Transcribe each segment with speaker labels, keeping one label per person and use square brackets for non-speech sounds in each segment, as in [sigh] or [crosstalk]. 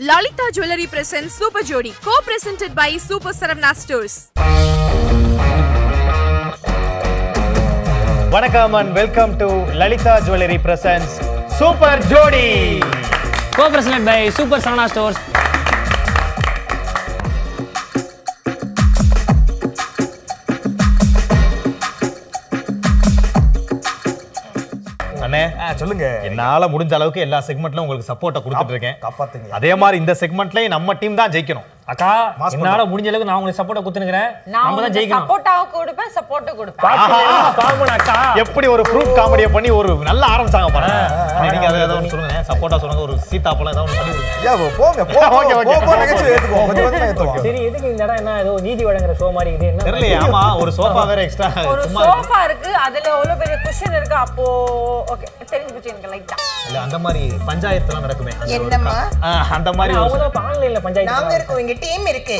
Speaker 1: Lalita Jewelry presents Super Jodi, co-presented by Super Saravana Stores.
Speaker 2: வணக்கம் and welcome to Lalitha jewellery presents super Jodi
Speaker 3: co presented by super Saravana stores
Speaker 2: அண்ணே
Speaker 4: ஆ, சொல்லுங்க
Speaker 2: என்னால முடிஞ்ச அளவுக்கு எல்லா செக்மெண்ட்லயும் உங்களுக்கு சப்போர்ட்டை கொடுத்துட்டு இருக்கேன்
Speaker 4: காப்பாத்துங்க.
Speaker 2: அதே மாதிரி இந்த செக்மெண்ட்லயும் நம்ம டீம் தான் ஜெயிக்கணும்
Speaker 3: அக்கா
Speaker 4: Mass
Speaker 3: என்னால முடிஞ்ச அளவுக்கு நான் உங்களுக்கு சப்போர்ட் குத்துனுக்கிறேன் நம்ம
Speaker 5: நான்
Speaker 3: தான்
Speaker 5: உங்களுக்கு
Speaker 3: ஜெயிக்கணும்
Speaker 5: சப்போட்டாவை கொடுப்பேன் சப்போர்ட்டும் கொடுப்பேன்
Speaker 3: பாப்போம், பாப்போம் அக்கா
Speaker 2: எப்படி ஒரு ஃப்ரூட் காமெடியை பண்ணி ஒரு நல்ல ஆரம்பிச்சாங்க பாருங்க அண்ணே, நீங்க அதை ஏதாவது ஒன்று சொல்லுங்க சப்போர்ட்டா சொல்லுங்க ஒரு சீத்தாப்பழம் ஏதாவது ஒன்று பண்ணி
Speaker 4: ஐயா, போ- போங்க போ- போ-
Speaker 2: Okay, okay.
Speaker 4: போ- போ, நகைச்சுவை ஏத்துக்குவோம். கொஞ்சம் கொஞ்சமா ஏத்துவோம்.
Speaker 3: சரி எதுக்கு இந்த இடம் என்ன ஏதோ நீதி வழங்குற ஷோ மாதிரி இது என்ன
Speaker 2: தெரியல ஆமா ஒரு சோஃபா வேற எக்ஸ்ட்ரா
Speaker 5: ஒரு
Speaker 2: சும்மா இருக்கு.
Speaker 5: சோஃபா இருக்கு அதுல எவ்வளவு பெரிய குஷன் இருக்கு அப்போ ஓகே தெரிஞ்சு போச்சு எனக்கு லைட்டா
Speaker 2: இல்ல அந்த மாதிரி பஞ்சாயத்துலாம் நடக்குமே அந்த ஒரு
Speaker 6: என்னம்மா?
Speaker 2: கா- ஆ, அந்த மாதிரி ஒரு-
Speaker 3: அவங்க தான் ஆன்லைன்ல
Speaker 6: நாங்க
Speaker 3: பஞ்சாயத்து
Speaker 6: இருக்கோம் எங்க டீம் இருக்கு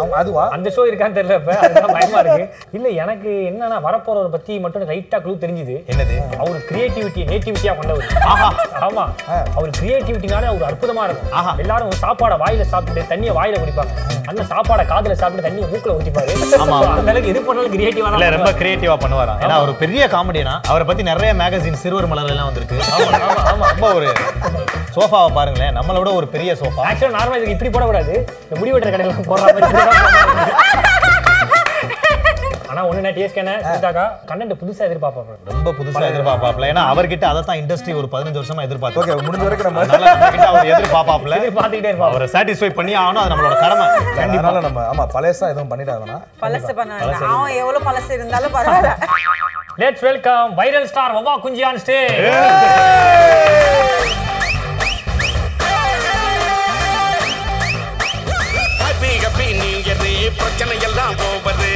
Speaker 4: அவங்க- அதுவா?
Speaker 3: அந்த ஷோ இருக்கான்னு தெரியல இப்ப அதுதான் பயமா இருக்கு இல்ல எனக்கு என்னன்னா வரப்போறவரை பத்தி மட்டும் லைட்டா க்ளூ தெரிஞ்சுது
Speaker 2: என்னது
Speaker 3: அவர் கிரியேட்டிவிட்டி நேட்டிவிட்டியா கொண்டவர்
Speaker 2: ஆஹா.
Speaker 3: ஆமா அவர் கிரியேட்டிவிட்டினால ஒரு அற்புதமா
Speaker 2: ஆஹா.
Speaker 3: இருக்கும் எல்லாரும் சாப்பாடை வாயில சாப்பிட்டு தண்ணியை வாயில குடிப்பாங்க அந்த சாப்பாடை காதுல சாப்பிட்டு தண்ணியை மூக்குல ஊத்திப்பாரு
Speaker 2: ஆமா.
Speaker 3: So, அந்த அளவுக்கு எது பண்ணாலும் கிரியேட்டிவா
Speaker 2: இல்ல ரொம்ப கிரியேட்டிவா பண்ணுவாராம் ஏன்னா ஒரு பெரிய காமெடினா அவரை பத்தி நிறைய மேகசின் சிறுவர் மலர் எல்லாம் வந்திருக்கு ரொம்ப ஒரு சோஃபாவை பாருங்களேன் நம்மளோட ஒரு பெரிய சோஃபா
Speaker 3: ஆக்சுவலா நார்மலா இதுக்கு இப்படி போடக்கூடாது இந்த முடி வெட்டுற கடையில போடுற மாதிரி போடக்கூடாது. ஆனா ஒண்ணு நான் டிஎஸ்கே சுதாக்கா கண்டென்ட் புதுசா எதிர்பார்ப்பேன்
Speaker 2: ரொம்ப புதுசா எதிர்பார்ப்பாப்ல ஏன்னா அவர்கிட்ட அதை தான் இண்டஸ்ட்ரி ஒரு பதினஞ்சு வருஷமா
Speaker 4: Okay,
Speaker 2: எதிர்பார்த்து
Speaker 4: முடிஞ்ச வரைக்கும் நம்ம-
Speaker 2: அதனால நம்மகிட்ட அவர் எதிர்பார்ப்பாப்ல
Speaker 3: எதிர்பார்த்துக்கிட்டே இருப்பாங்க
Speaker 2: அவரை சாட்டிஸ்ஃபை பண்ணி ஆகணும் அது நம்மளோட கடமை
Speaker 4: அதனால நம்ம- ஆமா, பழசா எதுவும் பண்ணிடாத வேணாம்.
Speaker 5: பழசு பண்ண வேண்டாம் அவன் எவ்வளவு பழசு இருந்தாலும் பரவாயில்ல
Speaker 3: லெட்ஸ் வெல்கம் வைரல் ஸ்டார் வவா குஞ்சியான் ஸ்டே
Speaker 7: ஹாப்பி ஹாப்பி நீங்கது பிரச்சனை எல்லாம் போவது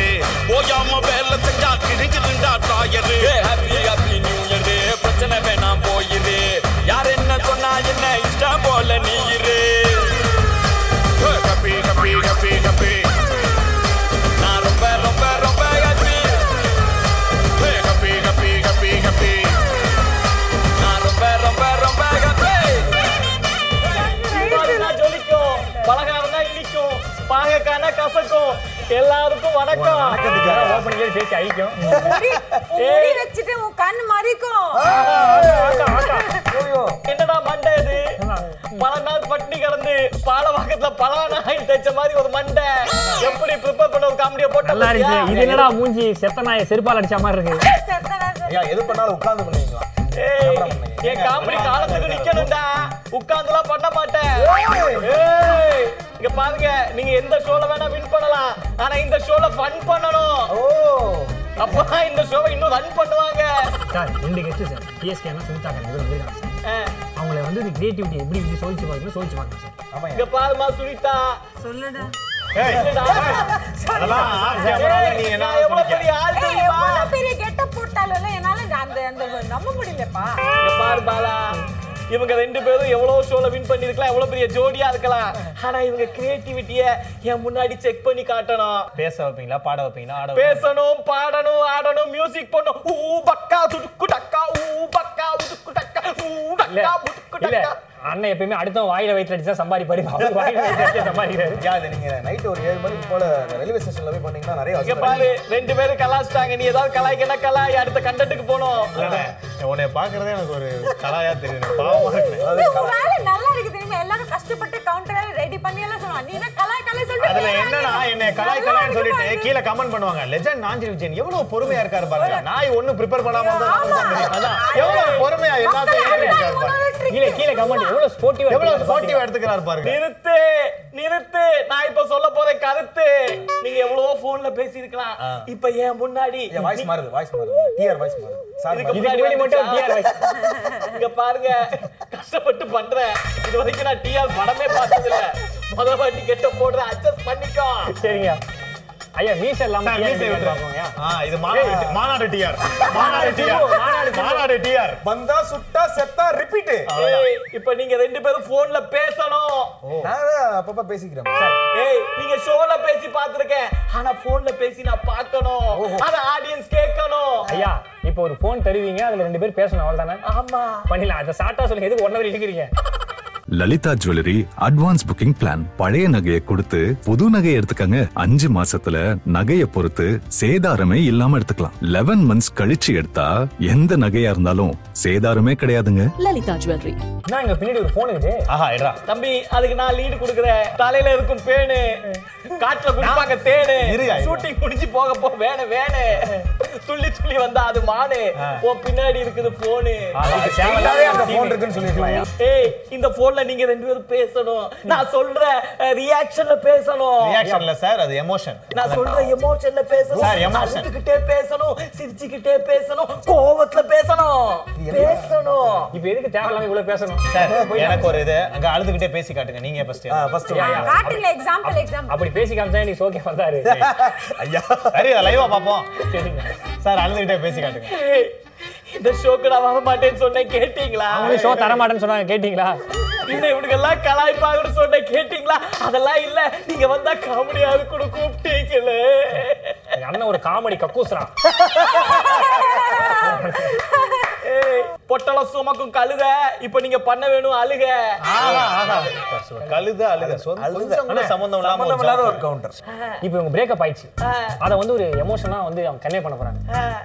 Speaker 7: ஓயாம வேலை செஞ்சா கிழிஞ்சிருந்தா தாயரு ஹாப்பி ஹாப்பி நீங்கது பிரச்சனை வேணாம் போயிரு யார் என்ன சொன்னா என்ன இஷ்டம் போல நீ இரு ஹாப்பி ஹாப்பி ஹாப்பி ஹாப்பி நான் ரொம்ப ரொம்ப ரொம்ப happy happy happy happy happy நான் ரொம்ப ரொம்ப ரொம்ப ஹாப்பி
Speaker 3: ஜொலிக்கும் பலகாரம் தான் இடிக்கும் பாகக்கானா கசக்கும் எல்லாருக்கும் வணக்கம் ஓபன் கேட்டு பேசி ஐக்கும்
Speaker 5: முடி வச்சுட்டு உன் கண் மறிக்கும்
Speaker 8: என்னடா மண்டை இது பல நாள் பட்டினி கிடந்து பாலவாக்கத்துல பலானா தைச்ச மாதிரி ஒரு மண்டை எப்படி ப்ரிப்பேர் பண்ண ஒரு காமெடியை போட்ட
Speaker 3: நல்லா இருந்துச்சு இது என்னடா மூஞ்சி செத்த நாய செருப்பால் அடிச்ச மாதிரி இருக்கு
Speaker 5: செத்தனா செத்து.
Speaker 4: ஐயா, எது பண்ணாலும் உட்கார்ந்து பண்ணுவீங்களா?
Speaker 8: ஏய், என் காமெடி காலத்துக்கு நிக்கணும்டா உட்கார்ந்துலாம் பண்ண மாட்டேன் ஏய், இங்க பாருங்க நீங்க எந்த ஷோல வேணா வின் பண்ணலாம் ஆனா இந்த ஷோல ஃபன் பண்ணணும் அப்பதான் இந்த ஷோவை இன்னும் ரன் பண்ணுவாங்க
Speaker 3: சார் ரெண்டு கெஸ்ட் சார் பிஎஸ்கே என்ன சுமிதா கண்ணன் இவர் வந்திருக்காங்க சார்
Speaker 8: ஆ,
Speaker 3: அவங்கள வந்து இந்த கிரியேட்டிவிட்டி எப்படி இப்படி சோதிச்சு பார்க்கணும் சோதிச்சு பார்க்கணும் சார்
Speaker 8: இங்க பாருமா சுனிதா
Speaker 5: சொல்லுடா
Speaker 8: என்னடா?
Speaker 2: அதெல்லாம் கேமரால நீ என்ன
Speaker 8: நான் எவ்வளவு பெரிய ஆள்
Speaker 5: ஏய்,
Speaker 8: தெரியுமா?
Speaker 5: எவ்வளவு பெரிய கெட்டப் போட்டாலும் என்னால அந்த அந்த நம்ப முடியலப்பா
Speaker 8: இங்க பாரு பாலா இவங்க ரெண்டு பேரும் எவ்வளவு ஷோல வின் பண்ணிருக்கலாம் எவ்வளவு பெரிய ஜோடியா இருக்கலாம் ஆனா இவங்க கிரியேட்டிவிட்டிய என் முன்னாடி செக் பண்ணி காட்டணும்
Speaker 2: பேச வைப்பீங்களா பாட வைப்பீங்களா ஆட
Speaker 8: பேசணும் பாடணும் ஆடணும் மியூசிக் பண்ணும் ஊ பக்கா துடுக்கு டக்கா ஊ பக்கா உதுக்கு டக்கா ஊ
Speaker 3: இல்ல
Speaker 8: டக்கா உதுக்கு
Speaker 3: இல்ல
Speaker 8: டக்கா
Speaker 3: அண்ணன் எப்பயுமே அடுத்தவன் வாயில வயிற்றுல அடிச்சா சம்பாதிப்பாரு அவர் வாயில வயிற்றுல அடிச்சா சம்பாதிக்கிறாரு
Speaker 4: ஐயா, இது நீங்க night ஒரு ஏழு மணிக்கு போல அந்த railway stationல போய் பண்ணீங்கன்னா நிறைய
Speaker 8: இங்க
Speaker 4: வசதி
Speaker 8: பாரு
Speaker 4: கிடைக்கும்.
Speaker 8: ரெண்டு பேரும் கலாச்சிட்டாங்க நீ ஏதாவது கலாய்க்கனா கலாய் அடுத்த கண்டென்ட்டுக்கு போனோம்
Speaker 2: உன்னை பாக்குறதே எனக்கு ஒரு கலாயா தெரியும் பாவமா இருக்கு
Speaker 5: இது உன் வேலை நல்லா இருக்கு தெரியுமா எல்லாரும் கஷ்டப்பட்டு கவுண்டர் ரெடி பண்ணி எல்லாம் சொல்லுவாங்க நீ என்ன கலாய் கலாய்
Speaker 2: அதுல
Speaker 5: சொல்லிட்டு
Speaker 2: என்னன்னா என்னை கலாய் கலாய்னு சொல்லிட்டு கீழே கமெண்ட் பண்ணுவாங்க லெஜண்ட் நாஞ்சி விஜயன் எவ்வளவு பொறுமையா இருக்காரு பாருங்க நாய் ஒண்ணும் ப்ரிப்பேர் பண்ணாம இருந்தா நாம
Speaker 5: ஆமா.
Speaker 2: தான் அதான் எவ்வளவு பொறுமையா எல்லாத்தையும்
Speaker 5: மக்கள்
Speaker 2: எடுத்துட்டு இருக்காரு பாருங்க
Speaker 5: உணர்வு
Speaker 3: கீழே கீழே கமெண்ட் எவ்வளவு ஸ்போர்ட்டிவா
Speaker 2: எவ்வளவு ஸ்போர்ட்டிவா எடுத்துக்கிறாரு பாருங்க
Speaker 8: நிறுத்து நிறுத்து நான் இப்ப சொல்ல போற கருத்து நீங்க எவ்வளவோ போன்ல பேசியிருக்கலாம் இப்ப என் முன்னாடி
Speaker 4: ஐயா, voice மாறுது, voice மாறுது. TR voice மாறுது. Sorry,
Speaker 8: இதுக்கு
Speaker 4: ma'am.
Speaker 3: இதுக்கு முன்னாடி மட்டும் ஒரு TR voice.
Speaker 8: இங்க பாருங்க கஷ்டப்பட்டு பண்றேன் இது வரைக்கும் நான் டிஆர் படமே பார்த்தது இல்ல முதல் வாட்டி கெட்ட போடுறேன் அட்ஜஸ்ட் பண்ணிக்கோ
Speaker 3: சரிங்க ஐயா மீச இல்லாம
Speaker 2: சார்,
Speaker 3: TR
Speaker 2: மீசை
Speaker 3: பண்ணி
Speaker 2: விட்டுருங்க.
Speaker 3: பார்ப்போம்யா.
Speaker 2: ஆ, இது மாநாடு டி- மாநாடு டிஆர் மாநாடு டிஆர் மாநாடு டிஆர்
Speaker 4: வந்தா சுட்டா செத்தா repeat.
Speaker 8: ஏய், இப்ப நீங்க ரெண்டு பேரும் போன்ல பேசணும்
Speaker 4: நான் தான் அப்பப்ப பேசிக்கிறேன்
Speaker 8: ஏய் நீங்க ஷோல பேசி பார்த்திருக்கேன் ஆனா போன்ல பேசி நான் பார்க்கணும் அத ஆடியன்ஸ் கேட்கணும்
Speaker 3: ஐயா இப்போ ஒரு ஃபோன் தருவீங்க அதுல ரெண்டு பேர் பேசணும் அவ்வளவுதானே
Speaker 8: ஆமா
Speaker 3: பண்ணிடலாம் அதை சாட்டா சொல்லுங்க எதுக்கு ஒன்னவர் இழுக்கிறீங்க
Speaker 6: Lalitha jewellery advance booking plan பழைய நகையை கொடுத்து புது நகையை எடுத்துக்கங்க அஞ்சு மாசத்துல நகையை பொறுத்து சேதாரமே இல்லாம எடுத்துக்கலாம் லெவன் மந்த்ஸ் கழிச்சு எடுத்தா எந்த நகையா இருந்தாலும் சேதாரமே கிடையாதுங்க
Speaker 9: Lalita Jewelry.
Speaker 3: என்ன எங்க பின்னாடி ஒரு போன் இருக்கு
Speaker 2: ஆஹா இடா
Speaker 8: தம்பி அதுக்கு நான் லீடு கொடுக்குறேன் தலையில இருக்கும் பேனு காட்டுல குடிப்பாங்க தேனு
Speaker 2: இருயா, இருயா.
Speaker 8: ஷூட்டிங் முடிஞ்சு போக போ வேணு வேணு துள்ளி துள்ளி வந்தா அது மானு ஓ பின்னாடி இருக்குது போனு
Speaker 4: தேவையில்லாத அந்த phone இருக்குன்னு சொல்லிருக்கலாம்.
Speaker 8: ஏய் இந்த போன்ல நீங்க ரெண்டு பேரும் பேசணும் நான் சொல்ற ரியாக்ஷன்ல பேசணும்
Speaker 2: ரியாக்ஷன்ல சார் அது எமோஷன்
Speaker 8: நான் சொல்ற எமோஷன்ல
Speaker 2: Sir,
Speaker 8: பேசணும்
Speaker 2: emotion.
Speaker 8: அழுதுகிட்டே பேசணும் சிரிச்சுக்கிட்டே பேசணும் கோவத்துல பேசணும் பேசணும்
Speaker 3: இப்ப எதுக்கு தேவையில்லாம இவ்வளவு பேசணும்
Speaker 2: சார் எனக்கு ஒரு இது அங்க அழுதுகிட்டே பேசி காட்டுங்க நீங்க ஃபர்ஸ்ட்
Speaker 4: ஃபர்ஸ்ட்
Speaker 5: காட்டுங்க எக்ஸாம்பிள் எக்ஸாம்பிள்
Speaker 3: அப்படி பேசி காமிச்சா நீ சோகே
Speaker 8: [laughs]
Speaker 3: வந்தாரு
Speaker 2: ஐயா சரி இதை லைவா பாப்போம்
Speaker 3: சரிங்க
Speaker 2: சார் அழுதுகிட்டே பேசி காட்டுங்க
Speaker 8: ஏய், இந்த ஷோக்கு நான் வர மாட்டேன்னு சொன்னேன் கேட்டீங்களா
Speaker 3: அவங்களும் ஷோ தர மாட்டேன்னு சொன்னாங்க கேட்டீங்களா
Speaker 8: இந்த இவனுக்கெல்லாம் கலாய்ப்பாங்கன்னு சொன்ன கேட்டீங்களா அதெல்லாம் இல்ல நீங்க வந்தா காமெடியா கூட கூப்பிட்டீங்களே
Speaker 3: எங்க அண்ணன் ஒரு காமெடி கக்கூசுறான்
Speaker 8: ஏய், பொட்டலம் சுமக்கும் கழுத இப்ப நீங்க பண்ண வேணும் அழுக
Speaker 2: ஆஹா ஆஹா கழுத அழுத சொந்த கொஞ்சம் கூட சம்பந்தம் இல்லாம
Speaker 4: சம்பந்தம் இல்லாத ஒரு கவுண்டர்
Speaker 3: இப்போ இவங்க பிரேக்கப் ஆயிடுச்சு அத வந்து ஒரு எமோஷனா வந்து அவங்க கன்வே பண்ண போறாங்க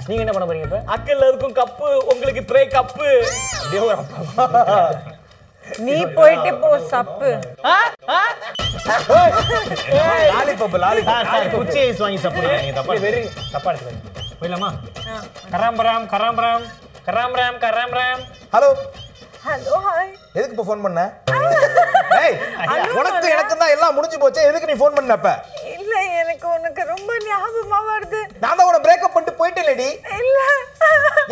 Speaker 3: நீங்க என்ன பண்ண போறீங்க இப்ப
Speaker 8: அக்கல்ல இருக்கும் கப்பு உங்களுக்கு பிரே கப்பு
Speaker 5: நீ போயிட்டு போ சப்பு
Speaker 4: லாலிபப் லாலிபப்
Speaker 2: சார் சார் குச்சி ஐஸ் வாங்கி சாப்பிடுங்க நீங்க தப்பா
Speaker 3: வெரி தப்பா எடுத்துக்காங்க போயிடலாமா கராம்பராம் கராம்பராம் கராம்பராம் கராம்பராம்
Speaker 4: ஹலோ
Speaker 5: ஹலோ ஹாய்
Speaker 4: எதுக்கு இப்போ ஃபோன் பண்ண ஏய் உனக்கு எனக்கு தான் எல்லாம் முடிஞ்சு போச்சே எதுக்கு நீ ஃபோன் பண்ண அப்ப
Speaker 5: இல்ல எனக்கு உனக்கு ரொம்ப ஞாபகமா வருது
Speaker 4: நான் தான் உன பிரேக்கப் பண்ணிட்டு போயிட்டேன்லடி
Speaker 5: இல்ல